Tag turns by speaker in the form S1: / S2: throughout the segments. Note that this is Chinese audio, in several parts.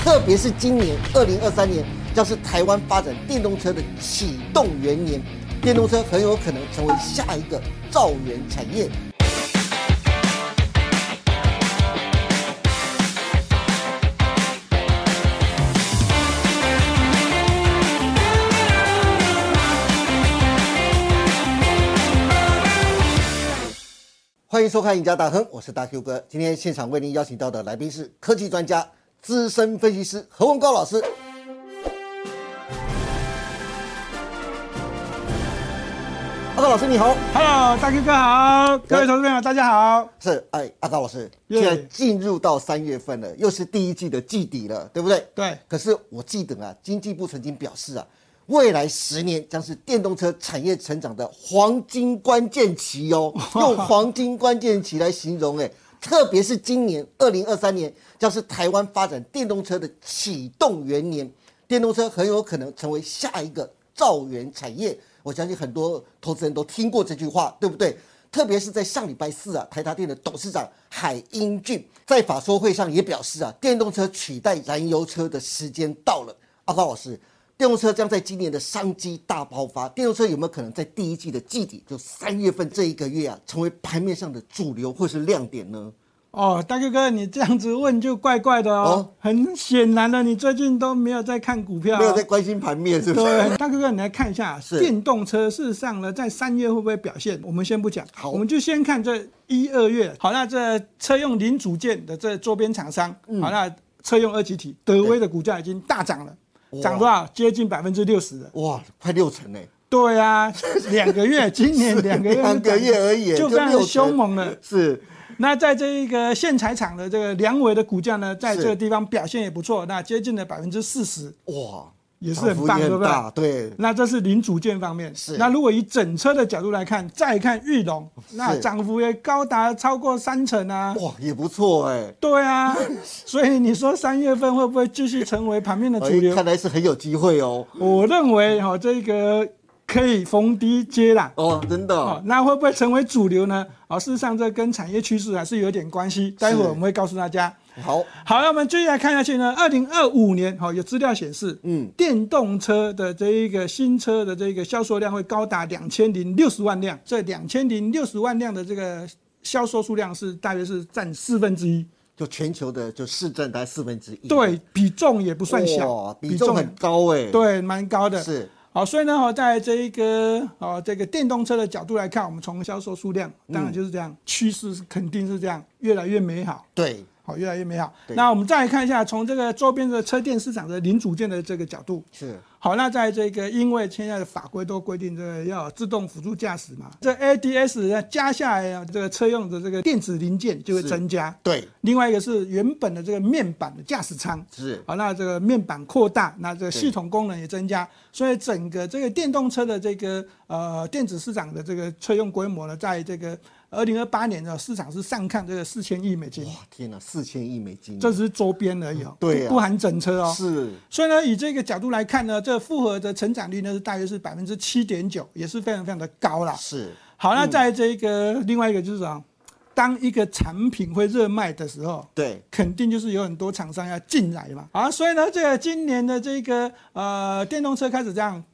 S1: 特别是今年二零二三年将是台湾发展电动车的启动元年，电动车很有可能成为下一个造园产业。欢迎收看《赢家大亨》，我是大 Q 哥。今天现场为您邀请到的来宾是科技专家、资深分析师何文高老师。阿高老师你好，
S2: Hello，大哥哥好，各位投资朋友大家好。
S1: 是哎，阿高老师，
S2: 耶
S1: 现在进入到三月份了，又是第一季的季底了，对不对？
S2: 对
S1: 可是我记得啊，经济部曾经表示啊，未来十年将是电动车产业成长的黄金关键期 哦，用黄金关键期来形容，哎，特别是今年二零二三年将是台湾发展电动车的启动元年，电动车很有可能成为下一个造园产业。我相信很多投资人都听过这句话，对不对？特别是在上礼拜四啊，台达电的董事长海英俊在法说会上也表示啊，电动车取代燃油车的时间到了。阿高老师，电动车将在今年的商机大爆发，电动车有没有可能在第一季的季底，就三月份这一个月啊，成为盘面上的主流或是亮点呢？
S2: 哦，大哥哥，你这样子问就怪怪的哦。
S1: 哦
S2: 很显然的，你最近都没有在看股票、哦
S1: 没有在。关心盘面，是不是？
S2: 对，大 哥哥，你来看一下
S1: 是
S2: 电动车，事实上呢，在三月会不会表现？我们先不讲，
S1: 好
S2: 我们就先看这一二月。好，那这车用零组件的这周边厂商，
S1: 嗯
S2: 好，那车用二级体，德威的股价已经大涨了，涨多少？接近百分之六十了。
S1: 哇，快六成呢、
S2: 对啊，两个月，今年两个月就
S1: 两个月而已，
S2: 就非常
S1: 六
S2: 的
S1: 成
S2: 凶猛了。
S1: 是
S2: 那在这一个线材厂的这个梁伟的股价呢，在
S1: 是
S2: 这个地方表现也不错，那接近了百分之四十。
S1: 哇，
S2: 也是很
S1: 涨幅
S2: 棒
S1: 也
S2: 对不对
S1: 大对，
S2: 那这是零组件方面，
S1: 是
S2: 那如果以整车的角度来看，再看玉龙，那涨幅也高达超过三成啊。
S1: 哇，也不错哎、
S2: 对 啊，所以你说三月份会不会继续成为盘面的主
S1: 哎，
S2: 流？
S1: 看来是很有机会哦。
S2: 我认为哈、这个可以逢低接啦。
S1: 哦，真的
S2: 哦
S1: 哦，，
S2: 那会不会成为主流呢？哦，事实上这跟产业趋势还是有点关系，待会
S1: 是
S2: 我们会告诉大家。
S1: 好，
S2: 好，那我们继续来看下去呢。二零二五年，好、有资料显示，
S1: 嗯
S2: 嗯，电动车的这一个新车的这个销售量会高达两千零六十万辆，这两千零六十万辆的这个销售数量是大约是占四分之一，
S1: 就全球的就市占大概四分之一，
S2: 对，比重也不算
S1: 嗯哇
S2: 小，
S1: 比重很高哎，，
S2: 对，蛮高的。
S1: 是
S2: 好，所以呢，哦，在这一个哦这个电动车的角度来看，我们从销售数量，当
S1: 嗯
S2: 然就是这样，趋势是肯定是这样，越来越美好。
S1: 对，
S2: 好，越来越美好。
S1: 对
S2: 那我们再来看一下，从这个周边的车电市场的零组件的这个角度。
S1: 是
S2: 好，那在这个因为现在的法规都规定这个要有自动辅助驾驶嘛，这 ADS 呢加下来啊，这个车用的这个电子零件就会增加。
S1: 对，
S2: 另外一个是原本的这个面板的驾驶舱，
S1: 是
S2: 好，那这个面板扩大，那这个系统功能也增加，所以整个这个电动车的这个呃电子市场的这个车用规模呢，在这个二零二八年的市场是上看这个四千亿美金。
S1: 哇，天哪，四千亿美金，
S2: 这只是周边而已哦，
S1: 对啊
S2: 不不含整车哦。
S1: 是
S2: 所以呢，以这个角度来看呢，这复合的成长率呢是大约是百分之七点九，也是非常非常的高啦。
S1: 是
S2: 好，那在这个、另外一个就是啊，当一个产品会热卖的时候，
S1: 对，
S2: 肯定就是有很多厂商要进来嘛。啊，所以呢，这个今年的这个呃电动车开始这样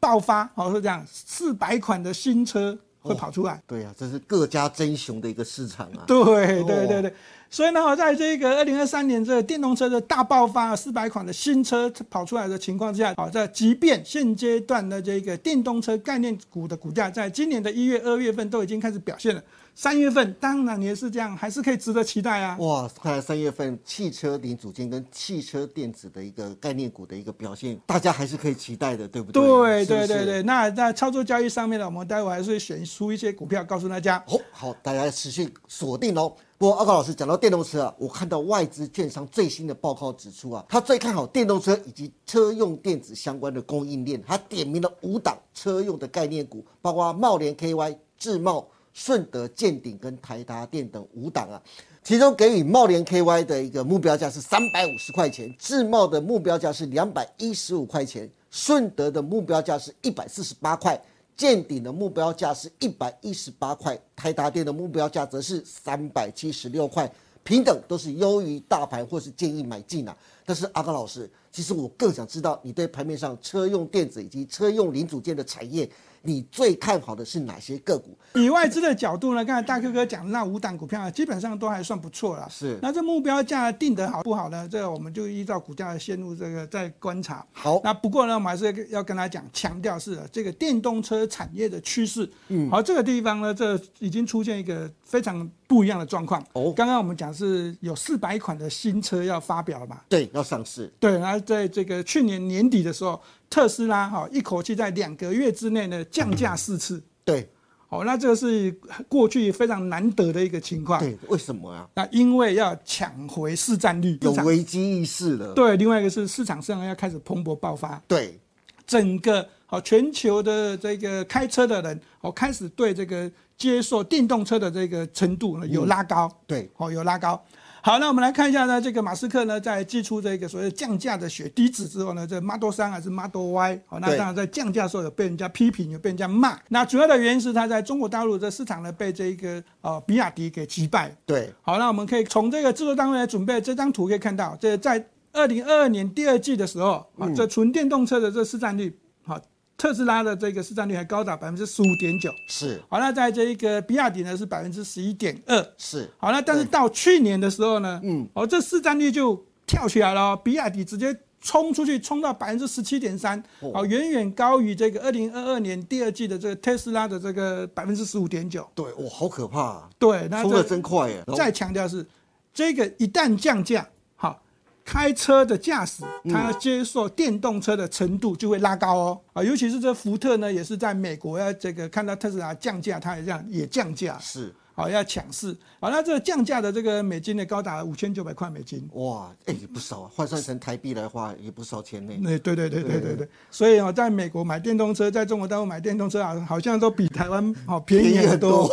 S2: 爆发，好、是这样，四百款的新车
S1: 哦
S2: 会跑出来。
S1: 对呀，这是各家争雄的一个市场啊，
S2: 对
S1: 哦
S2: 对对对，所以呢，在这个二零二三年这个电动车的大爆发，四百款的新车跑出来的情况之下，好，在即便现阶段的这个电动车概念股的股价，在今年的一月、二月份都已经开始表现了，三月份当然也是这样，还是可以值得期待啊。
S1: 哇，看来三月份汽车零组件跟汽车电子的一个概念股的一个表现，大家还是可以期待的，对不
S2: 对
S1: 是不
S2: 对
S1: 是
S2: 对对，那在操作交易上面呢，我们待会还是会选出一些股票告诉大家。
S1: 好哦好，大家持续锁定哦。不过，阿高老师讲到电动车啊，我看到外资券商最新的报告指出啊，他最看好电动车以及车用电子相关的供应链，他点名了五档车用的概念股，包括茂联 KY、智茂、顺德建鼎跟台达电等五档啊。其中给予茂联 KY 的一个目标价是三百五十块钱，智茂的目标价是两百一十五块钱，顺德的目标价是一百四十八块，见顶的目标价是一百一十八块，台达电的目标价则是三百七十六块，平等都是优于大盘或是建议买进啊。但是阿高老师，其实我更想知道你对盘面上车用电子以及车用零组件的产业，你最看好的是哪些个股？
S2: 以外资的角度呢，刚才大 Q 哥讲的那五档股票啊，基本上都还算不错啦。
S1: 是
S2: 那这目标价定得好不好呢？这我们就依照股价的线路这个再观察。
S1: 好
S2: 那不过呢，我们还是要跟大家讲，强调是这个电动车产业的趋势。嗯，好，这个地方呢，这已经出现一个非常不一样的状况。
S1: 哦
S2: 刚刚我们讲是有四百款的新车要发表了嘛？
S1: 对，要上市，
S2: 对，然后在这个去年年底的时候，特斯拉哈一口气在两个月之内呢降价四次。
S1: 对
S2: 好，那这个是过去非常难得的一个情况。
S1: 对，为什么啊？
S2: 那因为要抢回市占率，
S1: 有
S2: 市场
S1: 危机意识了，
S2: 对，另外一个是市场上要开始蓬勃爆发，
S1: 对
S2: 整个好全球的这个开车的人，哦开始对这个接受电动车的这个程度呢
S1: 嗯
S2: 有拉高，
S1: 对，
S2: 哦有拉高。好，那我们来看一下呢，这个马斯克呢在寄出这个所谓降价的血滴子之后呢，这 Model 三还是 Model Y，好，那
S1: 对
S2: 当然在降价的时候有被人家批评，有被人家骂。那主要的原因是它在中国大陆的市场呢被这个呃比亚迪给击败，
S1: 对
S2: 好，那我们可以从这个制作单位来准备这张图，可以看到，这在二零二二年第二季的时候，啊，这纯电动车的这市占率，好，特斯拉的这个市占率还高达百分之十五点九，
S1: 是
S2: 好，那在这一个比亚迪呢是百分之十一点二，
S1: 是，
S2: 好，那但是到去年的时候呢，嗯，哦，这市占率就跳起来了哦，比亚迪直接冲出去，冲到百分之十七点三，哦，远远高于这个二零二二年第二季的这个特斯拉的这个百分之十五点九，
S1: 对，哇，好可怕、啊，
S2: 对，那
S1: 冲
S2: 这
S1: 的真快耶！
S2: 再强调是，这个一旦降价，好，开车的驾驶他接受电动车的程度就会拉高哦。啊，尤其是这福特呢，也是在美国要这个看到特斯拉降价，它也这样也降价，
S1: 是
S2: 好要抢市。好，那这个降价的这个美金呢，高达五千九百块美金。
S1: 哇，哎、也不
S2: 嗯
S1: 少啊，换算成台币来话也不少钱呢、
S2: 对哎对对对对对对，所以哦，在美国买电动车，在中国大陆买电动车啊，好像都比台湾 哦便宜很多。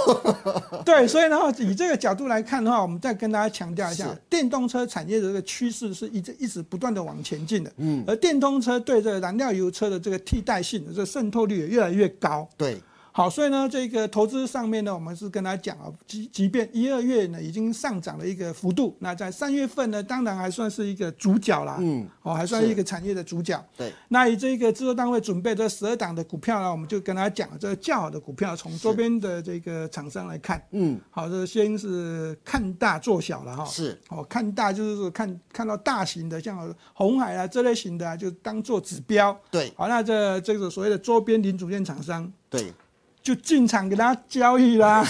S2: 对，所以呢，哦以这个角度来看的话，我们再跟大家强调一下
S1: 是，
S2: 电动车产业的这个趋势是一直一直不断的往前进的。嗯，而电动车对这个燃料油车的这个替代性，这个渗透率也越来越高。
S1: 对，
S2: 好，所以呢，这个投资上面呢，我们是跟他讲啊，即即便一二月呢已经上涨了一个幅度，那在三月份呢，当然还算是一个主角啦，嗯，哦，还算是一个产业的主角。
S1: 对，
S2: 那以这个制作单位准备这十二档的股票呢，我们就跟他讲这个较好的股票，从周边的这个厂商来看，
S1: 嗯，
S2: 好，这先是看大做小了哈，
S1: 是，
S2: 哦，看大就是说看看到大型的，像红海啊这类型的、啊，就当做指标。
S1: 对
S2: 好，那这这个所谓的周边零组件厂商。
S1: 对，
S2: 就进场给他交易啦。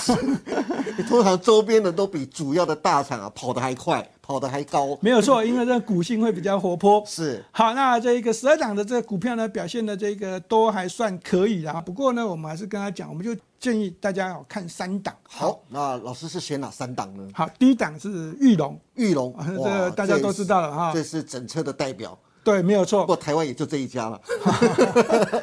S1: 通常周边的都比主要的大厂啊跑得还快，跑得还高，
S2: 没有错，因为这个股性会比较活泼。
S1: 是
S2: 好，那这个十二档的这个股票呢，表现的这个都还算可以啦。不过呢，我们还是跟他讲，我们就建议大家要看三档。
S1: 好。那老师是选哪三档呢？
S2: 好，第一档是玉龙，
S1: 玉龙
S2: 啊，这个大家都知道啊了哈
S1: 这也是这是整车的代表，
S2: 对，没有
S1: 不
S2: 错，
S1: 过台湾也就这一家了。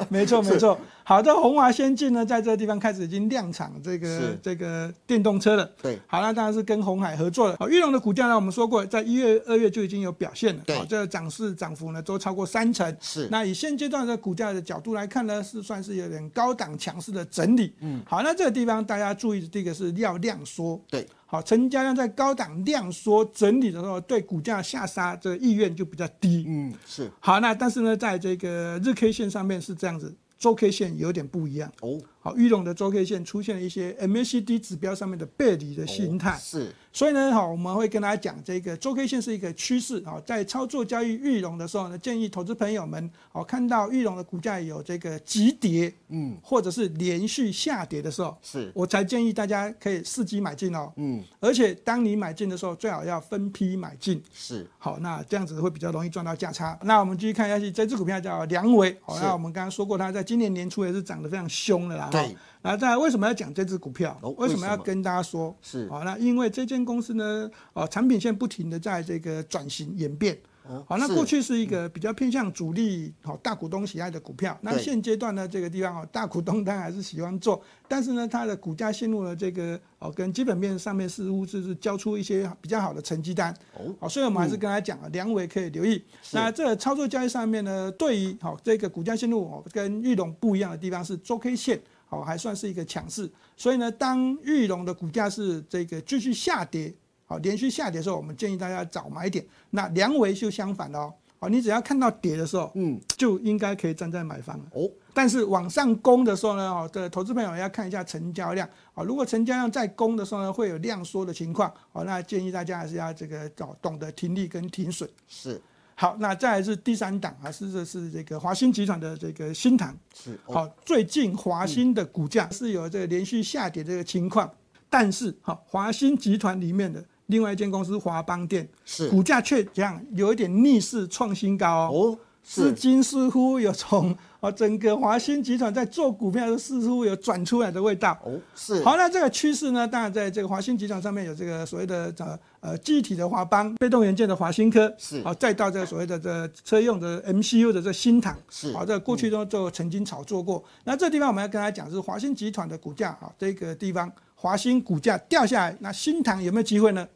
S2: 没错，没错。好，这红华先进呢，在这个地方开始已经量产这个
S1: 是
S2: 这个电动车了。
S1: 对，
S2: 好，那当然是跟红海合作了。好，玉龙的股价呢，我们说过，在一月、二月就已经有表现了。
S1: 对
S2: 好这个涨势涨幅呢都超过三成。
S1: 是
S2: 那以现阶段的股价的角度来看呢，是算是有点高档强势的整理。嗯，好，那这个地方大家注意的第一个是要量缩。
S1: 对，
S2: 好，成交量在高档量缩整理的时候，对股价下杀这个意愿就比较低。
S1: 嗯，是
S2: 好，那但是呢，在这个日 K 线上面是这样子，周 K 线有点不一样。
S1: 哦，
S2: 好，玉龙的周 K 线出现了一些 MACD 指标上面的背离的形态，
S1: 哦是
S2: 所以呢，好，我们会跟大家讲这个周 K 线是一个趋势啊，在操作交易玉龙的时候呢，建议投资朋友们哦，看到玉龙的股价有这个急跌，嗯，或者是连续下跌的时候，
S1: 是，
S2: 我才建议大家可以伺机买进哦，
S1: 嗯，
S2: 而且当你买进的时候，最好要分批买进。
S1: 是
S2: 好，那这样子会比较容易赚到价差。那我们继续看下去，这只股票叫梁伟。好，
S1: 是
S2: 那我们刚刚说过，它在今年年初也是涨得非常凶的啦。
S1: 对
S2: 哈。然后再来为什么要讲这只股票？
S1: 哦
S2: 为什么
S1: 为什
S2: 要
S1: 么
S2: 跟大家说？
S1: 是
S2: 好，哦那因为这间公司呢，哦，产品线不停的在这个转型演变。
S1: 哦
S2: 好，那
S1: 是嗯
S2: 过去是一个比较偏向主力、好大股东喜爱的股票。那
S1: 对
S2: 现阶段呢，这个地方哦，大股东当然还是喜欢做，但是呢，它的股价陷入了这个哦，跟基本面上面似乎就是交出一些比较好的成绩单。
S1: 哦，
S2: 好，所以我们还是跟他讲啊，梁伟可以留意。
S1: 是
S2: 那这个操作交易上面呢，对于好这个股价线路哦，跟玉龙不一样的地方是周 K 线哦，还算是一个强势。所以呢，当玉龙的股价是这个继续下跌，好，连续下跌的时候，我们建议大家早买点。那梁维就相反了哦，好，你只要看到跌的时候，嗯，就应该可以站在买方了。
S1: 哦，
S2: 但是往上攻的时候呢，哦，的投资朋友要看一下成交量啊、哦。如果成交量在攻的时候呢，会有量缩的情况，哦，那建议大家还是要这个哦，懂得停利跟停损。
S1: 是
S2: 好，那再来是第三档啊，是这是这个华兴集团的这个新塘。
S1: 是哦嗯
S2: 好，最近华兴的股价是有这个连续下跌这个情况，但是好，华兴集团里面的另外一间公司华邦电，
S1: 是
S2: 股价却这样有一点逆势创新高哦。
S1: 哦
S2: 资
S1: 是
S2: 金似乎有从哦整个华兴集团在做股票的似乎有转出来的味道。
S1: 哦是
S2: 好，那这个趋势呢？当然，在这个华兴集团上面有这个所谓的呃呃具体的华邦、被动元件的华兴科，
S1: 是
S2: 好，再到这个所谓的这车用的 MCU 的这新唐，
S1: 是
S2: 好，这个过去都就曾经炒作过。那这地方我们要跟大家讲是华兴集团的股价啊，这个地方华兴股价掉下来，那新唐有没有机会呢？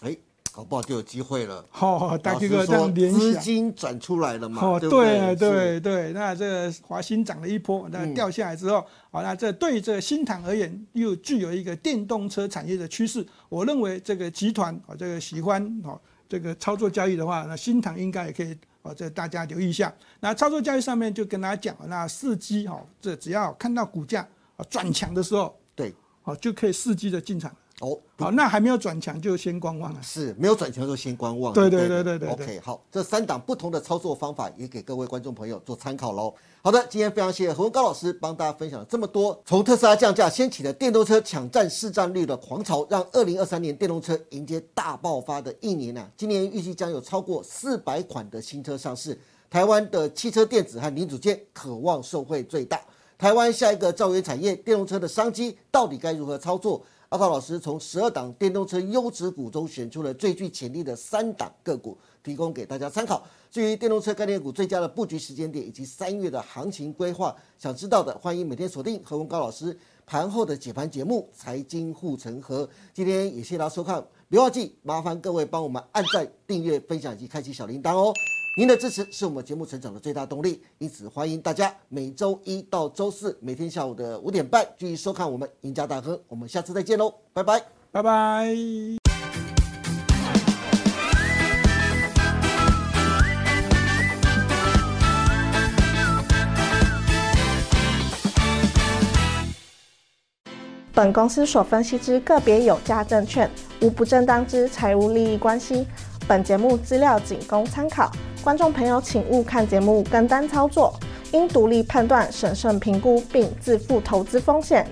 S1: 哎，搞不好就有机会了。
S2: 好、大
S1: 老
S2: 哥
S1: 实
S2: 哥这
S1: 说
S2: 样联
S1: 资
S2: 想。
S1: 金转出来了嘛？
S2: 哦，
S1: 对不嗯
S2: 对
S1: 对
S2: 对对，那这个华兴涨了一波，那掉下来之后，好、那这对这个新唐而言，又具有一个电动车产业的趋势。我认为这个集团啊、哦，这个喜欢哦，这个操作交易的话，那新唐应该也可以。哦，这大家留意一下。那操作交易上面就跟大家讲，那伺机哦，这只要看到股价啊转强的时候，
S1: 对
S2: 哦就可以伺机的进场。
S1: 哦，
S2: 好，那还没有转强就先观望了。
S1: 是没有转强就先观望。
S2: 对对
S1: 不
S2: 对对对对
S1: OK，好，这三档不同的操作方法也给各位观众朋友做参考喽。好的，今天非常谢谢何文高老师帮大家分享了这么多，从特斯拉降价掀起的电动车抢占市占率的狂潮，让二零二三年电动车迎接大爆发的一年啊！今年预计将有超过四百款的新车上市，台湾的汽车电子和零组件渴望受惠最大。台湾下一个造园产业电动车的商机到底该如何操作？阿高老师从十二档电动车优质股中选出了最具潜力的三档个股，提供给大家参考。至于电动车概念股最佳的布局时间点以及三月的行情规划，想知道的欢迎每天锁定何文高老师盘后的解盘节目《财经护城河》。今天也谢谢大家收看，别忘记麻烦各位帮我们按赞、订阅、分享以及开启小铃铛哦。您的支持是我们节目成长的最大动力，因此欢迎大家每周一到周四每天下午的五点半继续收看我们赢家大亨。我们下次再见喽，拜拜。
S2: 拜拜。
S3: 本公司所分析之个别有价证券，无不正当之财务利益关系。本节目资料仅供参考，观众朋友请勿看节目跟单操作，应独立判断、审慎评估并自负投资风险。